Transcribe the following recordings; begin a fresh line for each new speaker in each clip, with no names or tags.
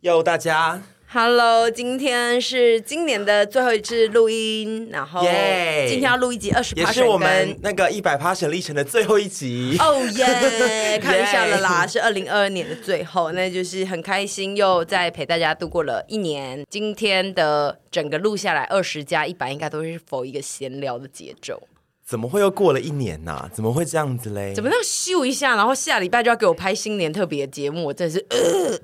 哟，大家
Hello，今天是今年的最后一次录音，然后
Yay
今天要录一集二十
也
趴
是我们那个一百趴省历程的最后一集。
哦耶，看笑了啦！
Yay
是二零二二年的最后，那就是很开心，又在陪大家度过了一年。今天的整个录下来二十加一百，应该都是否一个闲聊的节奏。
怎么会又过了一年呐、怎么会这样子嘞
怎？么样秀一下，然后下礼拜就要给我拍新年特别节目，我真的是、呃、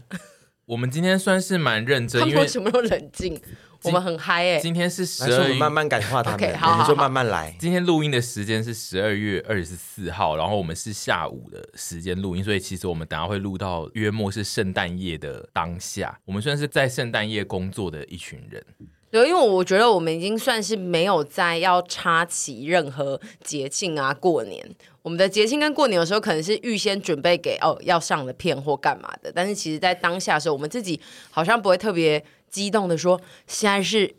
我们今天算是蛮认真
他，
因
们
为
为什么都冷静？我们很嗨哎、
今天是十
来，说我
二
们慢
月，
慢感化他们
OK，好
我们
好
就
好
慢慢来。
今天录音的时间是十二月二十四号，然后我们是下午的时间录音，所以其实我们等下会录到约莫是圣诞夜的当下，我们算是在圣诞夜工作的一群人。
对，因为我觉得我们已经算是没有在要插旗任何节庆啊，过年。我们的节庆跟过年有时候可能是预先准备给哦要上的片或干嘛的，但是其实在当下的时候，我们自己好像不会特别激动的说现在是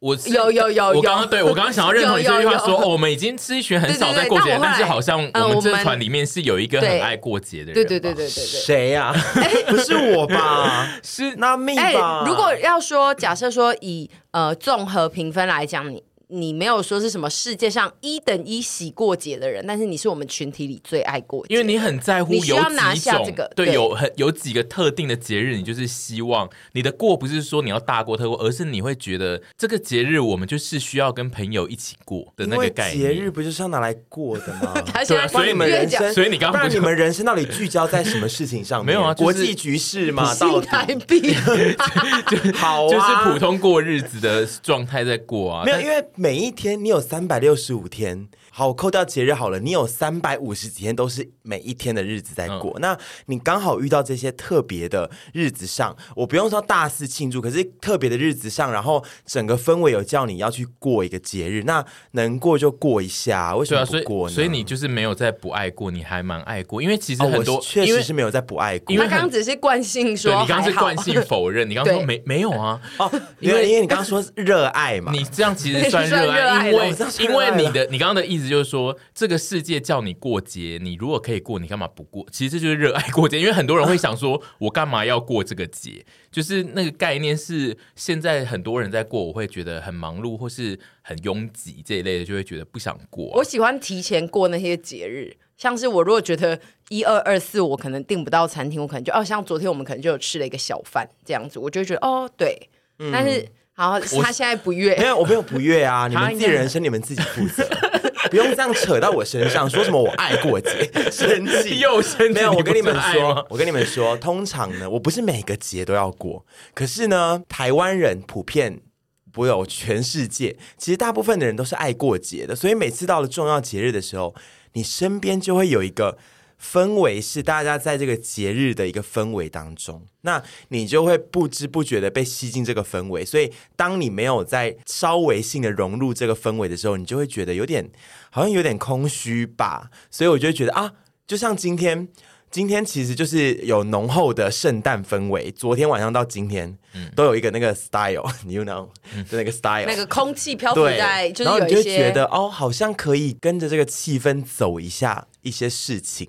我是
有有有有
我刚刚对我刚刚想要认同你这句
有有
话
有
说，哦，我们已经是一群很少在过
对
节
对对
的人，但是
但我后
好
来
像
呃
我们
我
这
们
团里面是有一个
对
很爱过节的人吧。
对对对对对对。
谁呀、 不是我 吧？
是
那命
哎、
吧？
如果要说假设说以呃综合评分来讲，你你没有说是什么世界上一等一喜过节的人，但是你是我们群体里最爱过节的，
因为你很在乎
你
有
需
几
要
种
拿下这个
对
对
有很有几个特定的节日，你就是希望你的过不是说你要大过特过，而是你会觉得这个节日我们就是需要跟朋友一起过的
因
那个
为
概
节日
念。
不就是要拿来过的 吗？
他现在
对啊所以
你们
越
人
讲
生，
所以你刚刚
不然
不是
你们人生到底聚焦在什么事情上面？
没有啊就是
国际局势嘛，到
新
底
台币。
好啊，
就是普通过日子的状态在过啊，
没有，
但
因为每一天你有三百六十五天，好扣掉节日好了，你有三百五十几天都是每一天的日子在
嗯
过。那你刚好遇到这些特别的日子上，我不用说大肆庆祝，可是特别的日子上，然后整个氛围有叫你要去过一个节日，那能过就过一下，为什
对
么
啊，所
不过
以
呢？
所以你就是没有在不爱过，你还蛮爱过，因为其实
哦，
很
我
多、
是确
因
实
为
是没有在不爱过
因
他
为
刚刚只是惯性
对
说
你刚刚
还
是
好，
惯性否认，你刚刚说
对
没没有啊，
哦，因为因为你刚刚说热爱嘛，
你这样其实算
算
热
热爱
爱，
了
因为
我知道算
因
热爱
为
了
你的你刚刚的意思就是说，这个世界叫你过节，你如果可以过，你干嘛不过？其实这就是热爱过节，因为很多人会想说，我干嘛要过这个节？就是那个概念是现在很多人在过，我会觉得很忙碌或是很拥挤这一类的，就会觉得不想过啊、
我喜欢提前过那些节日。像是我如果觉得一二二四我可能订不到餐厅，我可能就哦，像昨天我们可能就有吃了一个小饭这样子，我就会觉得哦对，但是好他现在不
没
悦，
有，我没有不悦 啊！你们
他
自
应
己
该
人生你们自己负责，不用这样扯到我身上，说什么我爱过 节，生气
又生气
没有，我跟你们
你不是爱
说
吗，
我跟你们说，通常呢，我不是每个节都要过，可是呢，台湾人普遍。不有全世界，其实大部分的人都是爱过节的，所以每次到了重要节日的时候，你身边就会有一个氛围，是大家在这个节日的一个氛围当中，那你就会不知不觉的被吸进这个氛围。所以，当你没有在稍微性的融入这个氛围的时候，你就会觉得有啊点好像有点空虚吧。所以，我就会觉得啊，就像今天，今天其实就是有浓厚的圣诞氛围。昨天晚上到今天，都有一个那个 style，you know，、就那个 style，
嗯那个空气漂浮
对，
在，就
然后
是有
你就会
一些
觉得哦，好像可以跟着这个气氛走一下一些事情。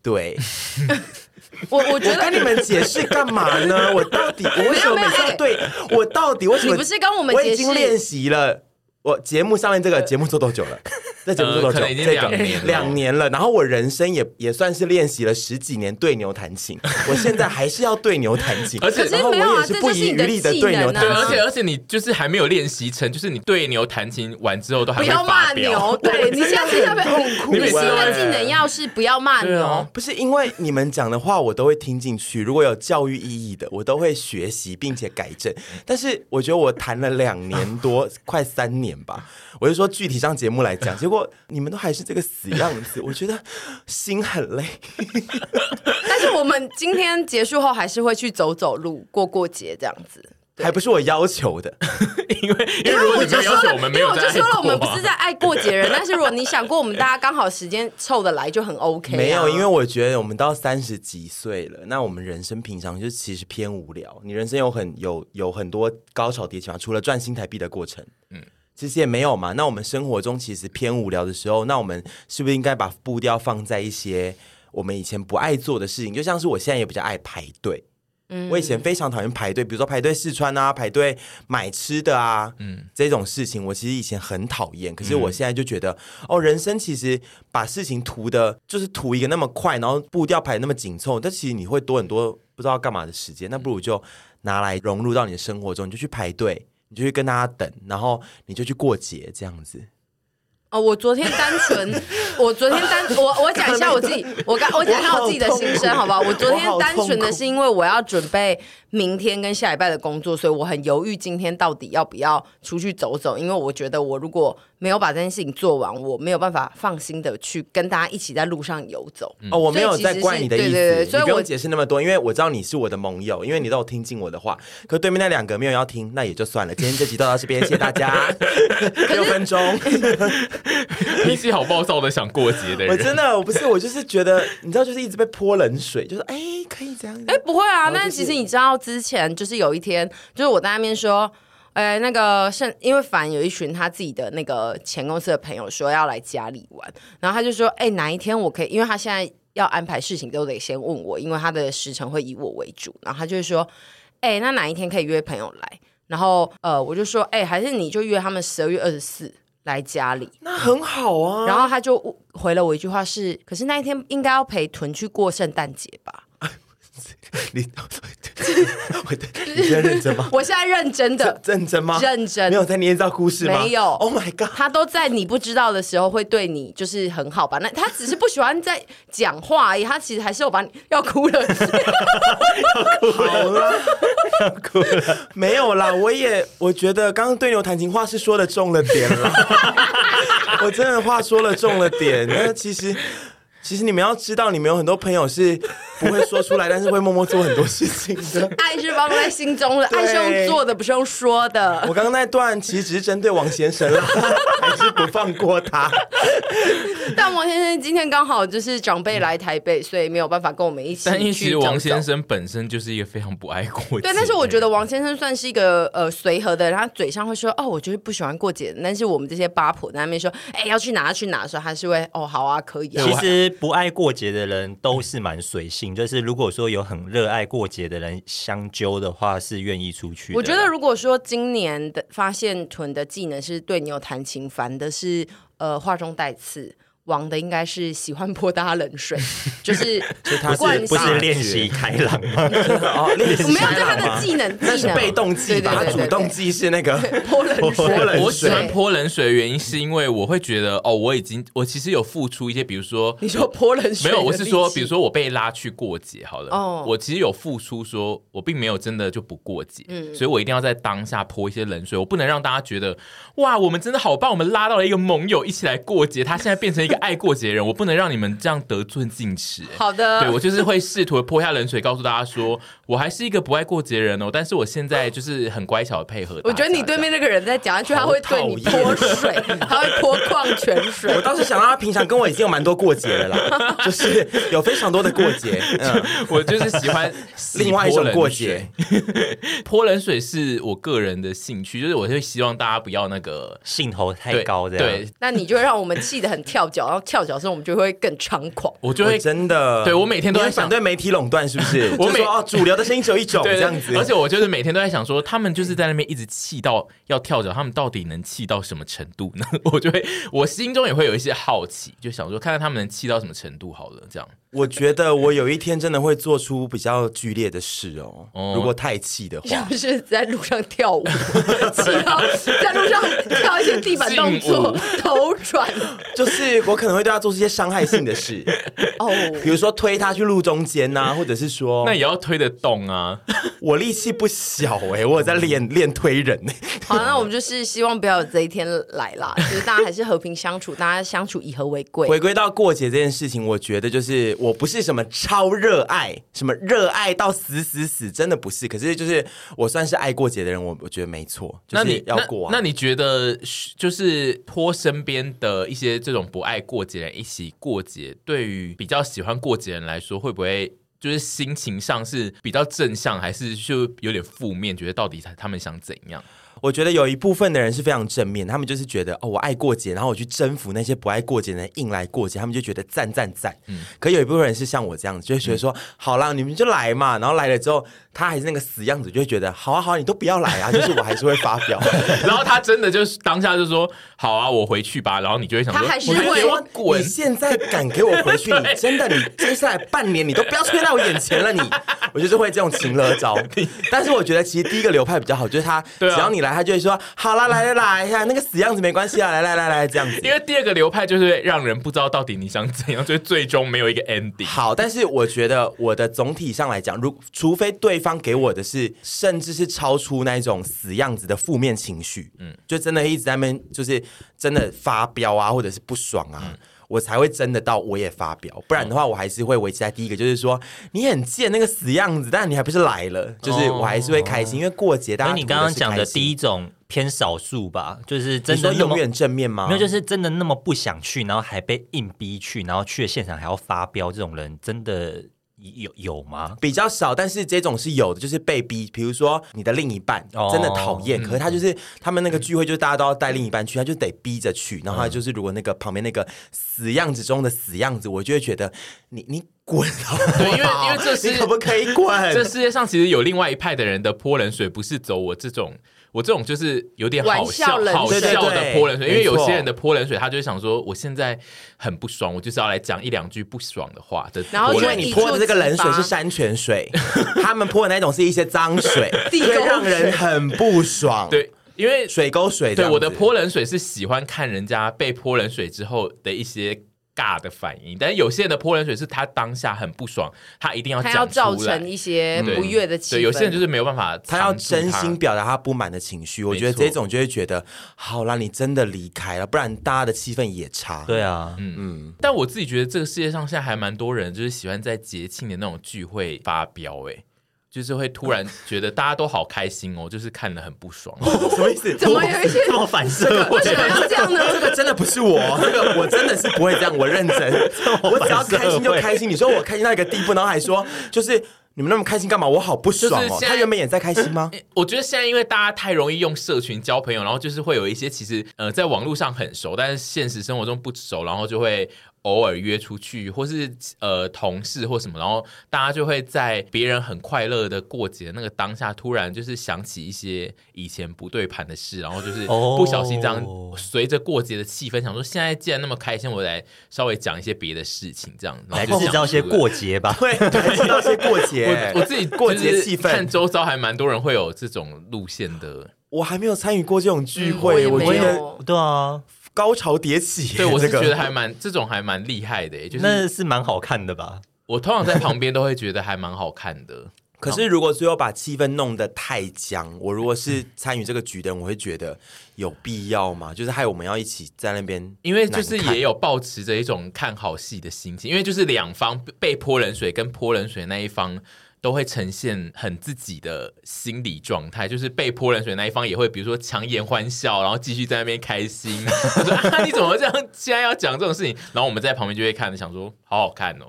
对，
我我觉
我
得
跟你们解释干嘛 呢？我到底我为什么每次
没有哎
要对我到底为什么？
你不是跟我们
我
解
已
释
经练习了。我节目上面这个节目做多久 了？这节目做多久？
呃可能已经
这个
两年了
两年了。然后我人生也也算是练习了十几年对牛弹琴，我现在还是要对牛弹琴，
而且
然后我
可是没有啊
也不遗余力的对牛弹
对，啊
这
而
就是你的
琴。
技能啊
且而且你就是还没有练习成，就是你对牛弹琴完之后都还
不
会
要骂
发飙
牛，。对你下次要不要？
痛苦
你新的
欸
技能要是不要骂
对
牛
啊，
不是因为你们讲的话，我都会听进去。如果有教育意义的，我都会学习并且改正。但是我觉得我谈了两年多，快三年吧。我就说具体上节目来讲，结果你们都还是这个死样子，我觉得心很累。
但是我们今天结束后还是会去走走路、过过节这样子。
还不是我要求的，
因为因为如果你没有要求，我们没有
因为
在
我就说了，我们
过
不
啊
是在爱过节人，但是如果你想过，我们大家刚好时间凑得来就很 OK 啊、
没有，因为我觉得我们到三十几岁了，那我们人生平常就其实偏无聊。你人生有很有有很多高潮迭起嘛，除了赚新台币的过程，嗯，其实也没有嘛。那我们生活中其实偏无聊的时候，那我们是不是应该把步调放在一些我们以前不爱做的事情？就像是我现在也比较爱排队。我以前非常讨厌排队，比如说排队试穿啊，排队买吃的啊，嗯，这种事情我其实以前很讨厌，可是我现在就觉得，哦，人生其实把事情图的，就是图一个那么快，然后步调排得那么紧凑，但其实你会多很多不知道干嘛的时间，那不如就拿来融入到你的生活中，你就去排队，你就去跟大家等，然后你就去过节这样子。
哦，我昨天单 纯，我昨天单，我我讲一下我自己，我刚我讲一下我自己的心声，好不好？我昨天单纯的是因为我要准备明天跟下礼拜的工作，所以我很犹豫今天到底要不要出去走走，因为我觉得我如果没有把这件事情做完，我没有办法放心的去跟大家一起在路上游走。
哦，我没有
所以其实
在怪
是
你的意思，
对对对所以
你不用
我
解释那么多，因为我知道你是我的盟友，因为你都有听进我的话。可对面那两个没有要听，那也就算了。今天这集到到这边，谢谢大家，六分 钟。
脾气好暴躁的想过节的
我
人，
真的我不是我就是觉得，你知道，就是一直被泼冷水，就是哎，可以这样子。
哎、不会啊，
后就
但
是
其
是
实你知道，之前就是有一天，就是我在那边说，哎、那个圣，因为凡有一群他自己的那个前公司的朋友说要来家里玩，然后他就说，哎、哪一天我可以，因为他现在要安排事情都得先问我，因为他的时程会以我为主，然后他就会说，哎、那哪一天可以约朋友来？然后呃，我就说，哎、还是你就约他们十二月二十四来家里。
那很好啊。
然后他就回了我一句话是：“可是那一天应该要陪屯去过圣诞节吧？”
你，我的，你真的认真 吗？，
我现在认真的
认真吗？
认真
没有在捏造故事吗？
没有
Oh my god！
他都在你不知道的时候会对你就是很好吧？那他只是不喜欢在讲话而已，他其实还是有把你要哭了。
好了，没有啦，我也我觉得刚刚对牛弹琴话是说的中了点 了，我真的话说了中了点。那其实。其实你们要知道，你们有很多朋友是不会说出来，但是会默默做很多事情的。
爱是放在心中的，
对
爱是用做的，不是用说的。
我刚刚那段其实只是针对王先 生啦，还是不放过他。
但王先生今天刚好就是长辈来台北，所以没有办法跟我们一起
但一
去
其
走走。
王先生本身就是一个非常不爱过节的
对，
人。
但是我觉得王先生算是一个呃随和的人，他嘴上会说哦，我就是不喜欢过节，但是我们这些八婆在那边说，哎、要去哪去哪的时候，他是会哦好啊，可以啊。
其实不爱过节的人都是蛮随性，就是如果说有很热爱过节的人相揪的话，是愿意出去的。
我觉得如果说今年的发现屯的技能是对牛弹琴，凡的是呃画中带刺。王的应该是喜欢泼大家冷水，就是
他
不
是
管
不
大
是
学
练习开朗吗？
哦，那个啊
我没有对他的技能，技能
被动技吧，他
对对对对
主动技是那 个
对泼冷
泼
水。
冷
我喜欢
水。
泼冷水的原因是因为我会觉得哦，我已经我其实有付出一些，比如说
你说泼冷
没
水的力气？
有，我是说，比如说我被拉去过节好了，
哦
我其实有付出说，我并没有真的就不过节，
嗯
所以我一定要在当下泼一些冷水，我不能让大家觉得哇，我们真的好棒，我们拉到了一个盟友一起来过节，他现在变成一个爱过节的人，我不能让你们这样得寸进尺。欸
好的，
对我就是会试图泼一下冷水，告诉大家说我还是一个不爱过节的人哦，但是我现在就是很乖巧的配合大家。
我觉得你对面那个人在讲下去，他会对你泼水，他会泼矿泉水
我。倒是想到他平常跟我已经有蛮多过节了啦，就是有非常多的过节。嗯，
这样，我就是喜欢洗
另外一
泼
种
冷
过
水
节，
泼冷水是我个人的兴趣，就是我会希望大家不要那个
兴头太
对
高，这样
对，
那你就会让我们气得很跳脚，然后跳脚之后我们就会更猖狂。
我就
我
会
真的，
对我每天都
你
在
很反
想
对媒体垄断，是不 是？
我
就
每
说哦，主流的声音只有一种
对
这样子，
而且我就是每天都在想说，他们就是在那边一直气到要跳脚，他们到底能气到什么程度呢？ 我就会我心中也会有一些好奇，就想说看看他们能气到什么程度好了，这样。
我觉得我有一天真的会做出比较剧烈的事哦
哦，
如果太气的 话。
就是在路上跳舞， 然后在路上跳一些地板动作、 头转。
就是我可能会对他做出一些伤害性的 事，
哦，
比如说推他去路中间呐、或者是说
那也要推得动啊！
我力气不小哎、我有在练练推人、欸
好，那我们就是希望不要有这一天来啦，就是大家还是和平相处，大家相处以和为贵。
回归到过节这件事情，我觉得就是我不是什么超热爱，什么热爱到死死死，真的不是。可是就是我算是爱过节的人，我我觉得没错，就
那
是
你
要过、啊
那，那你觉得就是泼身边的一些这种不爱过节的人一起过节，对于比较喜欢过节的人来说，会不会就是心情上是比较正向，还是就有点负面？觉得到底他他们想怎样？
我觉得有一部分的人是非常正面，他们就是觉得哦，我爱过节，然后我去征服那些不爱过节的人，硬来过节，他们就觉得赞赞赞。
嗯
可有一部分人是像我这样子，就会觉得说，好啦，你们就来嘛。然后来了之后，他还是那个死样子，就会觉得好啊好啊，你都不要来啊，就是我还是会发 飙。
然后他真的就是当下就说：“好啊，我回去吧。”然后你就会想说：“
他还是
我就
会
给我滚
你！”现在敢给我回 去，你真的，你接下来半年你都不要出现在我眼前了你。我就是会这种情勒 招，但是我觉得其实第一个流派比较好，就是他
对啊
只要你来，他就会说好啦，来来来呀，那个死样子没关系啊，来来来来这样子。
因为第二个流派就是会让人不知道到底你想怎样，所以最终没有一个 ending。
好，但是我觉得我的总体上来讲，如除非对方给我的是，甚至是超出那一种死样子的负面情绪，嗯，就真的一直在那边就是真的发飙啊，或者是不爽啊。
嗯
我才会真的到我也发飙，不然的话我还是会维持在第一个，就是说你很贱那个死样子，但你还不是来了，就是我还是会开心，因为过节大家
因为哦哎你刚刚讲的第
一，
一种偏少数吧，就是
你
真
说
的那
永
么
远正面吗？
没有，就是真的那么不想去，然后还被硬逼去，然后去了现场还要发飙，这种人真的有有吗？
比较少，但是这种是有的，就是被逼，比如说你的另一半
哦
真的讨
嗯
厌，可是他就是他们那个聚会，就是大家都要带另一半去，他就得逼着去，然后他就是如果那个旁边那个死样子中的死样子，我就会觉得你你滚好不好，
对因为因为这 是
你可不可以滚？
这世界上其实有另外一派的人的泼冷水，不是走我这种，我这种就是有点好
玩笑
笑
冷水
好笑的泼冷
对
水，
对对
因为有
没错
些人的泼冷水，他就会想说，我现在很不爽，我就是要来讲一两句不爽的话的
然后
泼
因
冷
为
水
你泼的这个冷水是山泉水， 他们泼的那种是一些脏 水，所以让人很不爽。，
对，因为
水沟水这
对
样子。
我的泼冷水是喜欢看人家被泼冷水之后的一些。尬的反应，但是有些人的泼冷水是他当下很不爽，他一定要
他要
讲出来
造成一些
嗯
对
不悦的气氛。
对，有些人就是没有办法，
他要真心。表达他不满的情绪，我觉得
没错
这种就会觉得，好啦，你真的离开了，不然大家的气氛也差。
对啊，
但我自己觉得这个世界上现在还蛮多人就是喜欢在节庆的那种聚会发飙、欸，就是会突然觉得大家都好开心哦，就是看得很不爽。哦
什么意思？
怎么有一些
嗯这么反社
为
会，
什么要这样呢？
这个真的不是我，这个我真的是不会这样，我认真， 我只要开心就开心。你说我开心到一个地步，然后还说就是你们那么开心干嘛？我好不爽
就是
哦。
现在
他原本也在开心 吗？
我觉得现在因为大家太容易用社群交朋友，然后就是会有一些其实呃在网络上很熟，但是现实生活中不熟，然后就会偶尔约出去，或是呃同事或什么，然后大家就会在别人很快乐的过节那个当下，突然就是想起一些以前不对盘的事，然后就是
哦
不小心这样随着过节的气氛，想说现在既然那么开心，我来稍微讲一些别的事情，这样然
来
后就
制造一些
讲出来
过节吧。
对，还知道些过节，
我我自己
过
就
节
是
气氛
看，周遭还蛮多人会有这种路线的。
我还没有参与过这种聚会，
嗯
我
我也
觉
没
得
有
对啊，
高潮迭起。
对，我是
这个
觉得还蛮这种还蛮厉害的耶，就是
那是蛮好看的吧？
我通常在旁边都会觉得还蛮好看的。
可是如果最后把气氛弄得太僵，我如果是参与这个局的人，我会觉得有必要吗？就是害我们要一起在那边，
因为就是也有抱持着一种看好戏的心情，因为就是两方被泼冷水跟泼冷水那一方都会呈现很自己的心理状态，就是被泼冷水那一方也会比如说强颜欢笑，然后继续在那边开心， 就说啊你怎么这样，现在要讲这种事情，然后我们在旁边就会看，想说好好看哦，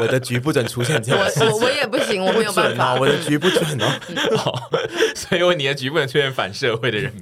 我的局不准出现这样的事
我我我也不行，我没有办
准
法
哦，。我的局不准 哦，
好，所以我你的局不能出现反社会的人。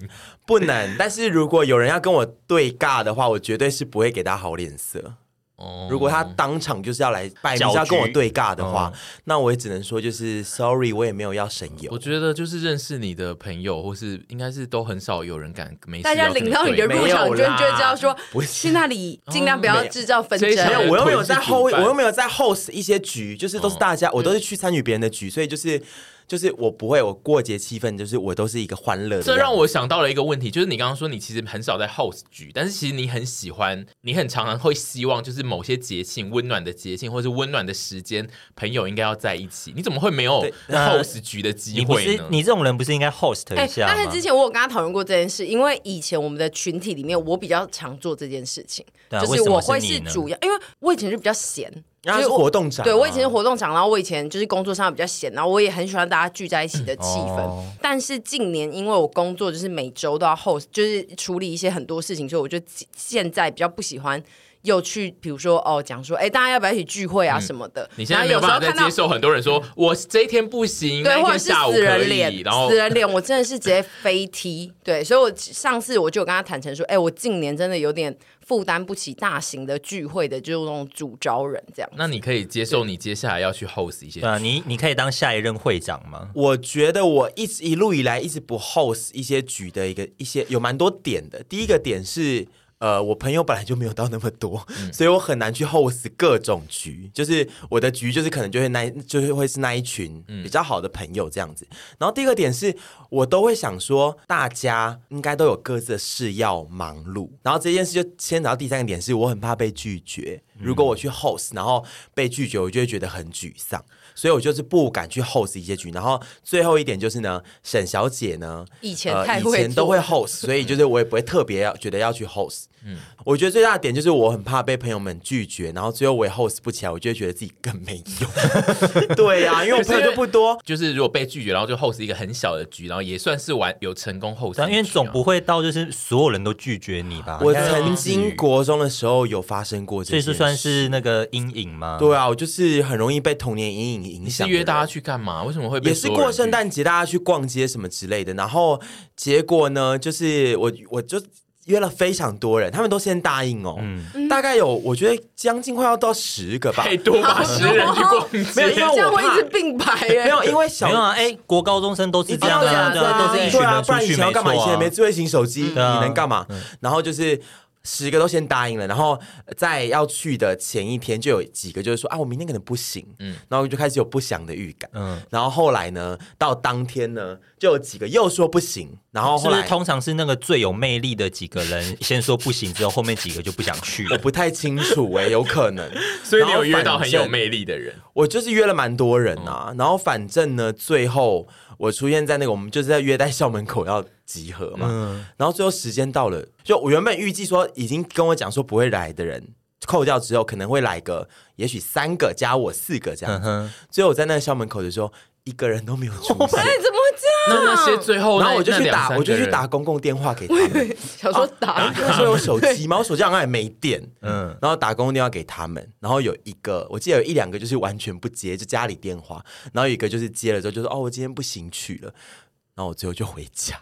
不能。但是如果有人要跟我对尬的话，我绝对是不会给他好脸色。
哦
如果他当场就是要来摆明
搅
是
局
要跟我对尬的
嗯
话，那我也只能说就是 sorry，我也没有要省油
我。觉得就是认识你的朋友，或是应该是都很少有人敢没事
大家
要跟
领到
对
你的入场
没有
券，
啦
就知道说
不是
去那里尽量不要制造纷争
这一。
没
场
有，哎我又没有在 host，
推举主办
我又没有在 host 一些局，就是都是
嗯
大家，我都是去参与别人的局，所以就是就是我不会，我过节气氛就是我都是一个欢乐的样子。
这让我想到了一个问题，就是你刚刚说你其实很少在 host 局，但是其实你很喜欢，你很常常会希望就是某些节庆、温暖的节庆或是温暖的时间，朋友应该要在一起。你怎么会没有
那
host 局的机
你不
会
是
呢？
你这种人不是应该 host 一下吗？
但是之前我有哎跟他讨论过这件事，因为以前我们的群体里面，我比较常做这件事情，
对啊
就
为什么
我
是
会
你
是
呢
主要，因为我以前是比较闲，
然后他是活动长、啊，
对我以前是活动场，然后我以前就是工作上比较闲，然后我也很喜欢大家聚在一起的气氛。
哦
但是近年因为我工作就是每周都要 host，就是处理一些很多事情，所以我就现在比较不喜欢又去，比如说哦，讲说，哎，大家要不要一起聚会啊什么的。
你现
然后
在没
有时
办
候
法再
看到嗯
接受很多人说我这一天不行，那
对，
一
或者
天
是
下午
死
可
人
以，
脸，
然后
死人脸，我真的是直接飞踢。对，所以我上次我就有跟他坦诚说，哎、我近年真的有点负担不起大型的聚会的，就是那种主招人这样。
那你可以接受你接下来要去 host 一些
对啊，你你可以当下一任会长吗？
我觉得我一直一路以来一直不 host 一些局的一个一些有蛮多点的。第一个点是，呃，我朋友本来就没有到那么多，所以我很难去 host 各种局。就是我的局就是可能就会那就是会是那一群比较好的朋友这样子。然后第二个点是我都会想说，大家应该都有各自的事要忙碌。然后这件事就牵扯到第三个点是，我很怕被拒绝。如
嗯
果我去 host，然后被拒绝，我就会觉得很沮丧。所以我就是不敢去 host 一些局。然后最后一点就是呢，沈小姐呢，
以前
呃
太
以
会
前都
做
会 host，所以就是我也不会特别要觉得要去 host。嗯，我觉得最大的点就是我很怕被朋友们拒绝，然后最后我也 host 不起来，我就会觉得自己更没用。 对呀、因为我朋友就不多。
就是如果被拒绝，然后就 host 一个很小的局，然后也算是玩有成功 host，
对啊，因为
一局啊
总不会到就是所有人都拒绝你吧？
我
啊应该
曾
至
经
于
国中的时候有发生过这件
所以
事，
是算是那个阴影吗？
对啊，我就是很容易被童年阴影影响的
是
人。
约大家去干嘛？为什么会被
也是
所有人
过
拒
圣诞节，大家去逛街什么之类的。然后结果呢，就是我我就约了非常多人，他们都先答应哦，大概有我觉得将近快要到十个吧。
嗯太多吧，十人去逛
没有因为
街，
我
这样会
怕
一直并 排耶、
没有，因为小
没有啊，哎，国高中生都是这样
一定要
啊，
这
对
样子
啊，
啊
都是一群
对啊，
人
不
出
然以
去，
前要
没
干嘛？以前也没
错啊。
智慧型手机，你
对啊
能干嘛？然后就是。十个都先答应了，然后在要去的前一天就有几个就是说啊，我明天可能不行，嗯，然后就开始有不祥的预感，嗯
嗯，
然后后来呢，到当天呢，就有几个又说不行，然后
是
后
不是
来
通常是那个最有魅力的几个人先说不行，之后后面几个就不想去
我
了？
不太清楚哎、有可 能。
所以你有约到
然后反
很有
正
魅力的人，
我就是约了蛮多人啊，
嗯
然后反正呢，最后我出现在那个我们就是在约在校门口要集合嘛，
嗯
然后最后时间到了，就我原本预计说已经跟我讲说不会来的人。扣掉之后可能会来个，也许三个加我四个这样子。
嗯
最后我在那个校门口的时候，一个人都没有出 现。
哎，怎么会这
那那些最后
然
那，
后我就
那
去
两
打，
三
我就
个
去
人
打公共电话给他们。
样？小说
啊
打
啊那时候有手 机吗？我手机好像也没电， 嗯
嗯，
然后打公共电话给他们，然后有一个我记得有一两个就是完全不接，就家里电话，然后有一个就是接了之后就说哦我今天不行去了，然后我最后就回 家。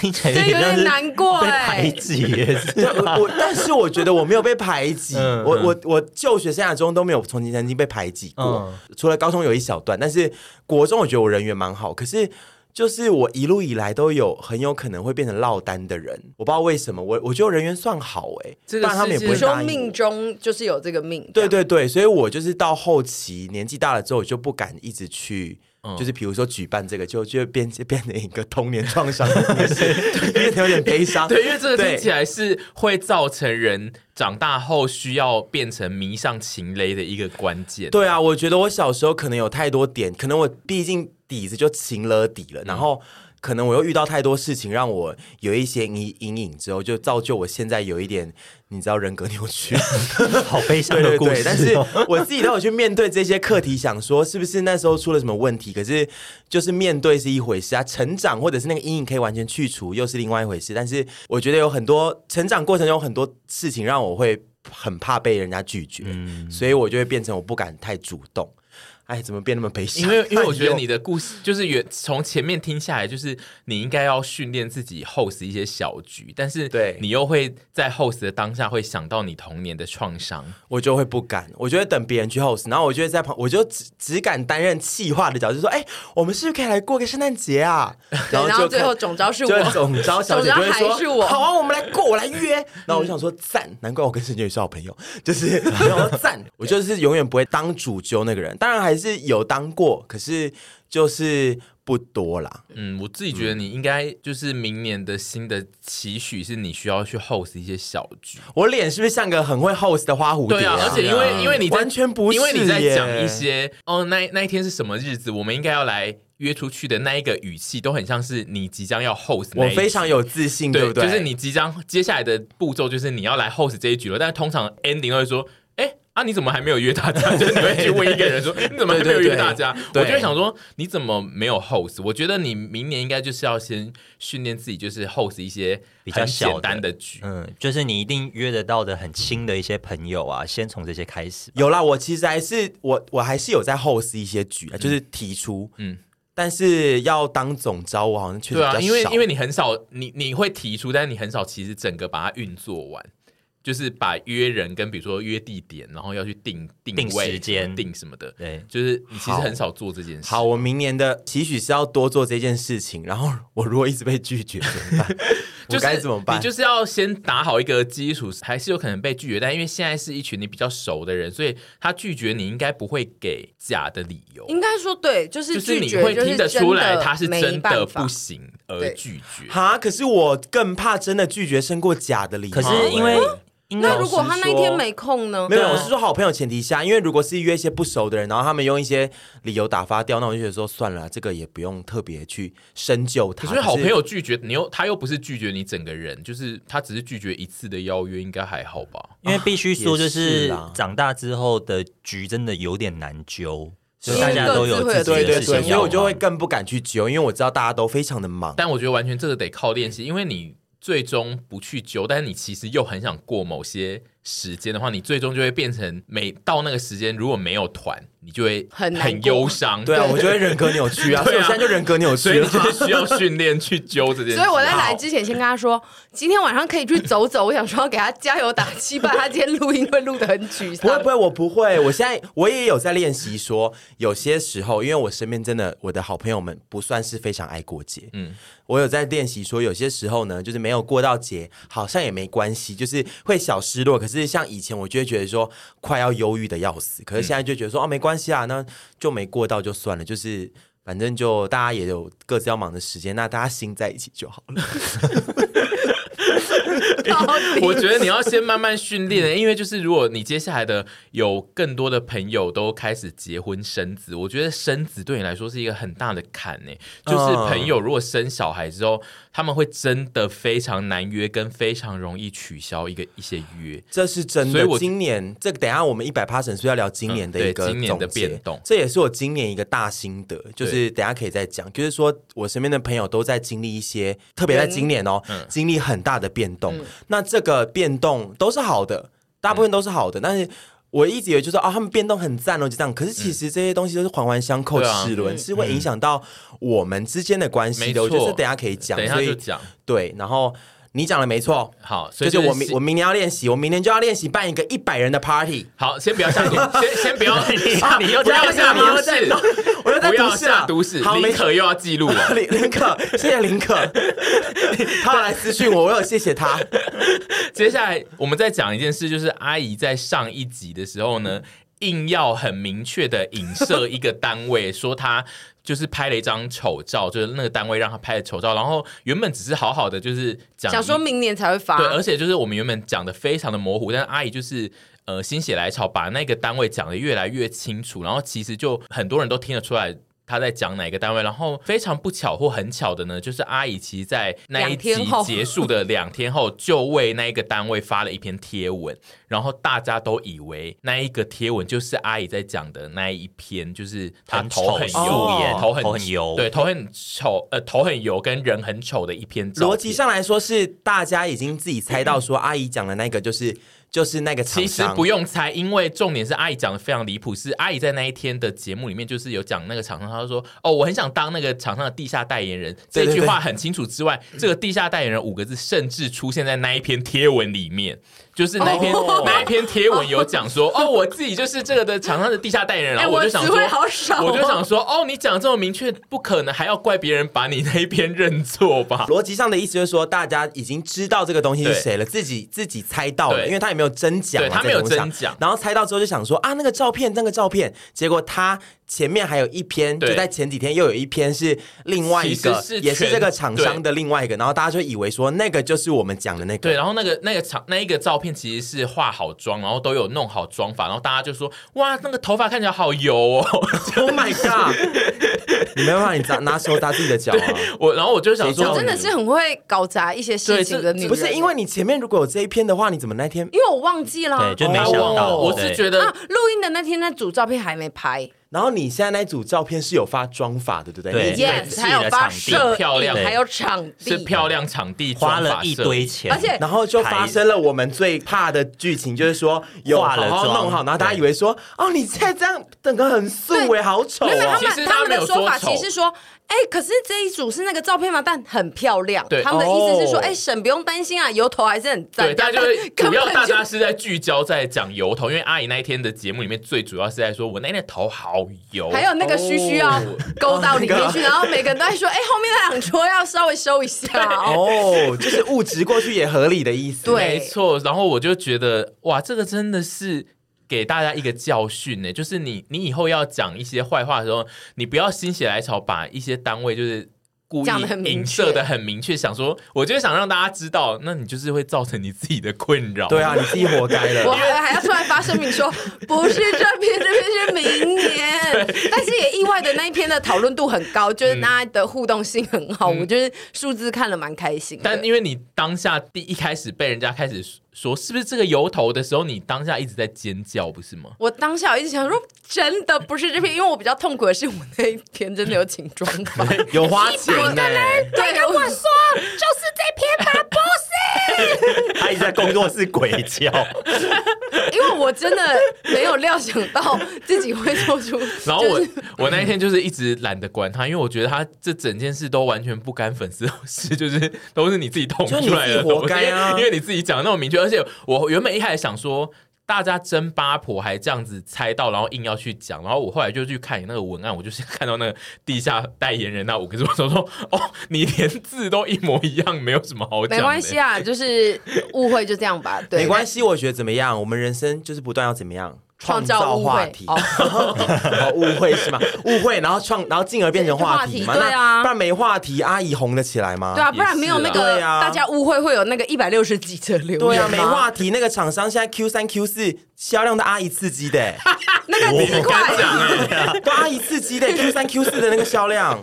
听起来
这有
像
点
是
难过
被
哎、
排挤也是。
对我我但是我觉得我没有被排 挤，
嗯
我我我就学生涯中都没有从前曾经被排挤过，
嗯
除了高中有一小段，但是国中我觉得我人缘蛮好，可是。就是我一路以来都有很有可能会变成落单的人，我不知道为什么，我我觉得我人缘算好哎、
这
欸，
个
不然他们也
世
不会
界
你说
答应我
命中就是有这个命，
对对对，所以我就是到后期年纪大了之后，我就不敢一直去。就是比如说举办这个，就就变变成一个童年创伤的故事，变得有点悲伤。
对，因为这个听起
来，
来是会造成人长大后需要变成迷上情雷的一个关键。
对啊，我觉得我小时候可能有太多点，可能我毕竟底子就勤了底了，然后可能我又遇到太多事情，让我有一些阴阴影之后，就造就我现在有一点，你知道人格扭曲。
好悲伤
对
的
对
故事哦、
对，但是我自己都有去面对这些课题，想说是不是那时候出了什么问题？可是就是面对是一回事啊，成长或者是那个阴影可以完全去除，又是另外一回事。但是我觉得有很多成长过程中有很多事情让我会很怕被人家拒绝，所以我就会变成我不敢太主 动。哎，怎么变那么悲伤？
因为因为我觉得
哎呦
你的故事就是原从前面听下来，就是你应该要训练自己 host 一些小局，但是
对
你又会在 host 的当下会想到你童年的创伤。
我就会不敢，我就会等别人去 host，然后我就会在旁，我就只只敢担任气话的角色，就说：“哎、我们是不是可以来过个圣诞节 啊？”
对，然后
就
最
看
后总招是
就
我，
总招小姐就会
总
说：“
招还是我
好啊，我们来过，我来 约。”然后我就想说：“赞，难怪我跟沈俊宇是好朋友。” 就是然后我说 赞，我就是永远不会当主揪那个人。当然还是有当过，可是就是不多啦。
嗯，我自己觉得你应该就是明年的新的期许是你需要去 host 一些小局。
我脸是不是像个很会 host 的花蝴蝶、
对啊，而且因为因为你在
完全不是
因为你在
耶
讲一些哦，那那一天是什么日子，我们应该要来约出去的那一个语气，都很像是你即将要 host 那
我
一局。
非常有自信，
对
不对？
就是你即将接下来的步骤就是你要来 host 这一局了，但是通常 ending 都会说，哎、啊，你怎么还没有约大 家？就是你会去问一个人说，你怎么还没有约大家？
对对对
我就会想说，你怎么没有 host？我觉得你明年应该就是要先训练自己，就是 host 一些
比较
很
小的
简单的局。
嗯，就是你一定约得到的很亲的一些朋友啊，先从这些开始。
有啦，我其实还是我我还是有在后思一些局啊，就是提出，
嗯
嗯，但是要当总招，我好像确实
对啊，
比较
因为
少
因为你很少，你你会提出，但是你很少，其实整个把它运作完，就是把约人跟比如说约地点，然后要去定定
定
位
时间
定什么的，
对，
就是你其实很少做这件事。
好，，我明年的期许是要多做这件事情，然后我如果一直被拒绝怎么办？
就
我
是
该怎么办？
你就是要先打好一个基础，还是有可能被拒绝，但因为现在是一群你比较熟的人，所以他拒绝你应该不会给假的理由。
应该说对，就
就是是
拒
你
绝，
会
就
听
是
得出来
真的
他是
没
真的
办法
不行而
对
拒绝，
哈，可是我更怕真的拒绝胜过假的理由。
可是因为应该
那如果他那一天
说
没空呢？
没有，
嗯对啊
我是说好朋友前提下，因为如果是约一些不熟的人，然后他们用一些理由打发掉，那我就觉得说算了，这个也不用特别去深究他。
可是好
就
朋友拒绝你又他又不是拒绝你整个人，就是他只是拒绝一次的邀约，应该还好吧？
因为必须说，
哦
就
也是
是
啦
长大之后的局真的有点难揪，就
因
是
为
大家都有
各
自
自会
对对
有
己的
对，
事
所
情
以
要
我就会
忙。
更不敢去揪，因为我知道大家都非常的忙。
但我觉得完全这个得靠练习，因为你最终不去揪，但是你其实又很想过某些时间的话，你最终就会变成每到那个时间如果没有团，你就会
很难
很
过
忧伤。
对啊，我就会人格扭曲啊，所以我现在就人格扭
所
曲
以你
了。
就是需要训练去揪这件事。
所以我在来之前先跟他 说，今天晚上可以去走走。我想说要给他加油打气，不然他今天录音会录得很沮
不会
丧
不。会，我不会。我现在我也有在练习说，有些时候，因为我身边真的我的好朋友们不算是非常爱过节，嗯，我有在练习说，有些时候呢，就是没有过到节，好像也没关系，就是会小失落。可是像以前，我就会觉得说快要忧郁的要死，可是现在就觉得说、哦没关系啊，那就没过到就算了，就是。反正就大家也有各自要忙的时间，那大家心在一起就好了。
到底
我觉得你要先慢慢训练，因为就是如果你接下来的有更多的朋友都开始结婚生子，我觉得生子对你来说是一个很大的坎呢、就是朋友如果生小孩之后，他们会真的非常难约，跟非常容易取消一个一些约。
这是真
所以
的。
我
今年这个等一下我们一百 p a s s o n 是要聊今年的一个
嗯对今年的
总结
变动
这也是我今年一个大心得，就是等一下可以再讲。就是说我身边的朋友都在经历一些，特别在今年哦，
嗯
经历很大的变动。那这个变动都是好的，大部分都是好
嗯
的，但是。我一直以为就是啊，他们变动很赞哦，就这样。可是其实这些东西都是环环相扣、
对啊
齿轮、
嗯
是会影响到我们之间的关系的。
没
我
错
觉得这等一下可以讲，
等一下
所
就
以
讲
对。然后你讲的没错，
好，所
就是
以就是
我明我明年要练习，我明年就要练习办一个一百人的 party。
好，先不要下毒，先先不要，
你你又
不
在
要下
你又在
毒誓，
我又在
不要
毒誓
下
了，
毒誓，
好，
林
没
可又要记录了。
林林可，谢谢 林可，他有来私讯我，我有谢谢他。
接下来我们再讲一件事，就是阿姨在上一集的时候呢，硬要很明确的影射一个单位，说她就是拍了一张丑照，就是那个单位让她拍的丑照，然后原本只是好好的，就是讲
想说明年才会发
对，，而且就是我们原本讲的非常的模糊，但是阿姨就是呃心血来潮，把那个单位讲的越来越清楚，然后其实就很多人都听得出来。她在讲哪个单位？然后非常不巧或很巧的呢，就是阿姨其实在那一
两
集
天后
结束的两天后，就为那一个单位发了一篇贴文，然后大家都以为那一个贴文就是阿姨在讲的那一篇，就是她
很
头
丑
很
素
油、
颜
头很
头很油
对，头很丑，呃，头很油跟人很丑的一篇照片。
逻辑上来说是大家已经自己猜到说阿姨讲的那个就是就是那个
其
厂
实
商，
不用猜，因为重点是阿姨讲的非常离谱。是阿姨在那一天的节目里面，就是有讲那个厂商，她就说：“哦，我很想当那个厂商的地下代言人。”
对
这
对
句话很清楚之外，这个地下代言人五个字甚至出现在那一篇贴文里面，就是那一篇、
哦
那一篇贴文有讲说：“哦，我自己就是这个的厂商的地下代言人。”然
哎，
后我
我
就
词
想说。
汇好少哦，
我就想说，哦，你讲这么明确，不可能还要怪别人把你那一篇认错吧？
逻辑上的意思就是说大家已经知道这个东西是谁了，自己自己猜到了，
对
因为他也没有真讲嘛，
对他没有
这个东西啊
真讲
然后猜到之后就想说啊那个照片那个照片，结果他前面还有一篇，
对
就在前几天又有一篇是另外一个，
其实是
也是
全
这个厂商的另外一个，然后大家就以为说那个就是我们讲的那个，
对，然后那个那个场那一个照片其实是化好妆，然后都有弄好妆法，然后大家就说哇，那个头发看起来好油哦，
Oh my god！你没办法，你砸拿手砸自己的脚啊！
我然后我就想
谁
说，嗯
叫
我真的是很会搞砸一些事情的女人，
不是因为你前面如果有这一篇的话，你怎么那天？
因为我忘记了啊，
对，就没想到。
哦
我
对
是觉得
啊，录音的那天那组照片还没拍
然后你现在那组照片是有发妆法的，对不对？
对
你
，yes，
是
还有发
场地
摄
漂亮
影，还有场
是
地，
漂亮场地
花
妆
了
发
一
社
堆钱，
而且
然后就发生了我们最怕的剧情，就是说有好
化了
好
妆
弄好，然后大家以为说哦，你现在这样整个很素 哎，好丑
没有，没有
哦
他。
其
们
实
他
他
们
没
的
有说
说法
丑
其实说，哎、可是这一组是那个照片吗？但很漂亮。
对
他们的意思是说，
哦
哎、沈不用担心啊，油头还是很赞。
对，大家就会
根
主要
本
大
就
家哦是在聚焦在讲油头，因为阿姨那一天的节目里面最主要是在说我那天的头好油，
还有那个须须啊
哦
勾到里面
哦那个
去，然后每个人都在说，哎、后面那两撮要稍微收一下哦。
哦，就是物质过去也合理的意思。
对
没错。然后我就觉得哇，这个真的是。给大家一个教训呢，就是你你以后要讲一些坏话的时候，你不要心血来潮把一些单位就是故意
讲得很明确
影射的很明确，想说我就是想让大家知道，那你就是会造成你自己的困扰。
对啊，你自己活该
我
了。
还还要出来发声明说，不是这篇，这篇是明年。但是也意外的那一篇的讨论度很高，就是
嗯
大家的互动性很好，我就是数字看了蛮开心的。
但因为你当下第一开始被人家开始说是不是这个油头的时候，你当下一直在尖叫，不是吗？
我当下我一直想说，真的不是这篇，因为我比较痛苦的是我那一篇真的有请妆发，
有花钱呢、
对，跟我说就是这篇吧，不
他一直在工作室鬼叫，
是，因为我真的没有料想到自己会做出，
然后我、
就是
我那一天就是一直懒得管他，因为我觉得他这整件事都完全不干粉丝的事， 就是都是你自己捅出来
就你自己
的东西，
活该啊
因为因为你自己讲的那么明确，而且我原本一开始想说。大家争八婆还这样子猜到，然后硬要去讲，然后我后来就去看你那个文案，我就是 看到那个地下代言人那五个字，我说说哦，你连字都一模一样，没有什么好讲的。
没关系啊，就是误会就这样吧，对，
没关系，我觉得怎么样？我们人生就是不断要怎么样
创造
造
误
话
会
题，
哦
哦误会是吗？误会，然后创，然后进而变成话题嘛？
话题对啊
那不然没话题，阿姨红得起来吗？
对啊，不然没有那
也
个
是啊
大家误会会有那个一百六十几则留言
对 啊，
吗
没话题。那个厂商现在 Q 三 Q 四销量的阿姨刺激的、 欸，
那个
你
几块
敢讲哎、
都阿姨刺激的、Q 三 Q 四的那个销量，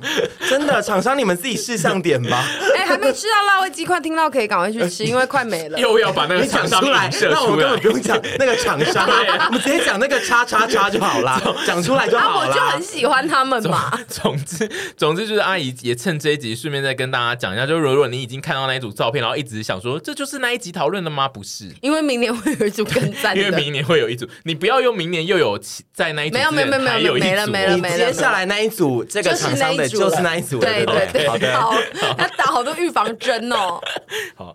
真的厂商你们自己试上点 吧。
哎、还没吃到辣味鸡块，听到可以赶快去吃，因为快 没了。
又要把那个
你
厂
讲
商
出来
影，射
那我
出
们根
来
本。不用讲那个厂商，啊 我们直接讲那个叉叉叉就好啦，讲出来就
啊，
好
我
啦。
就很喜欢他们 嘛。
总之，总之就是阿姨也趁这一集顺便再跟大家讲一下，就是如果你已经看到那一组照片，然后一直想说这就是那一集讨论的吗？不是，
因为明年会有一组更赞
因为
的。
明年会有一组，你不要用明年又有其在那一组
没有
之前
没有没有
还有一组哦
没了没了
你接下来那一组，这个
就是
厂
那
商
一
的
组了
就是那一组了，对
对
不
对对，
好的，
好，要打好多预防针哦。
好，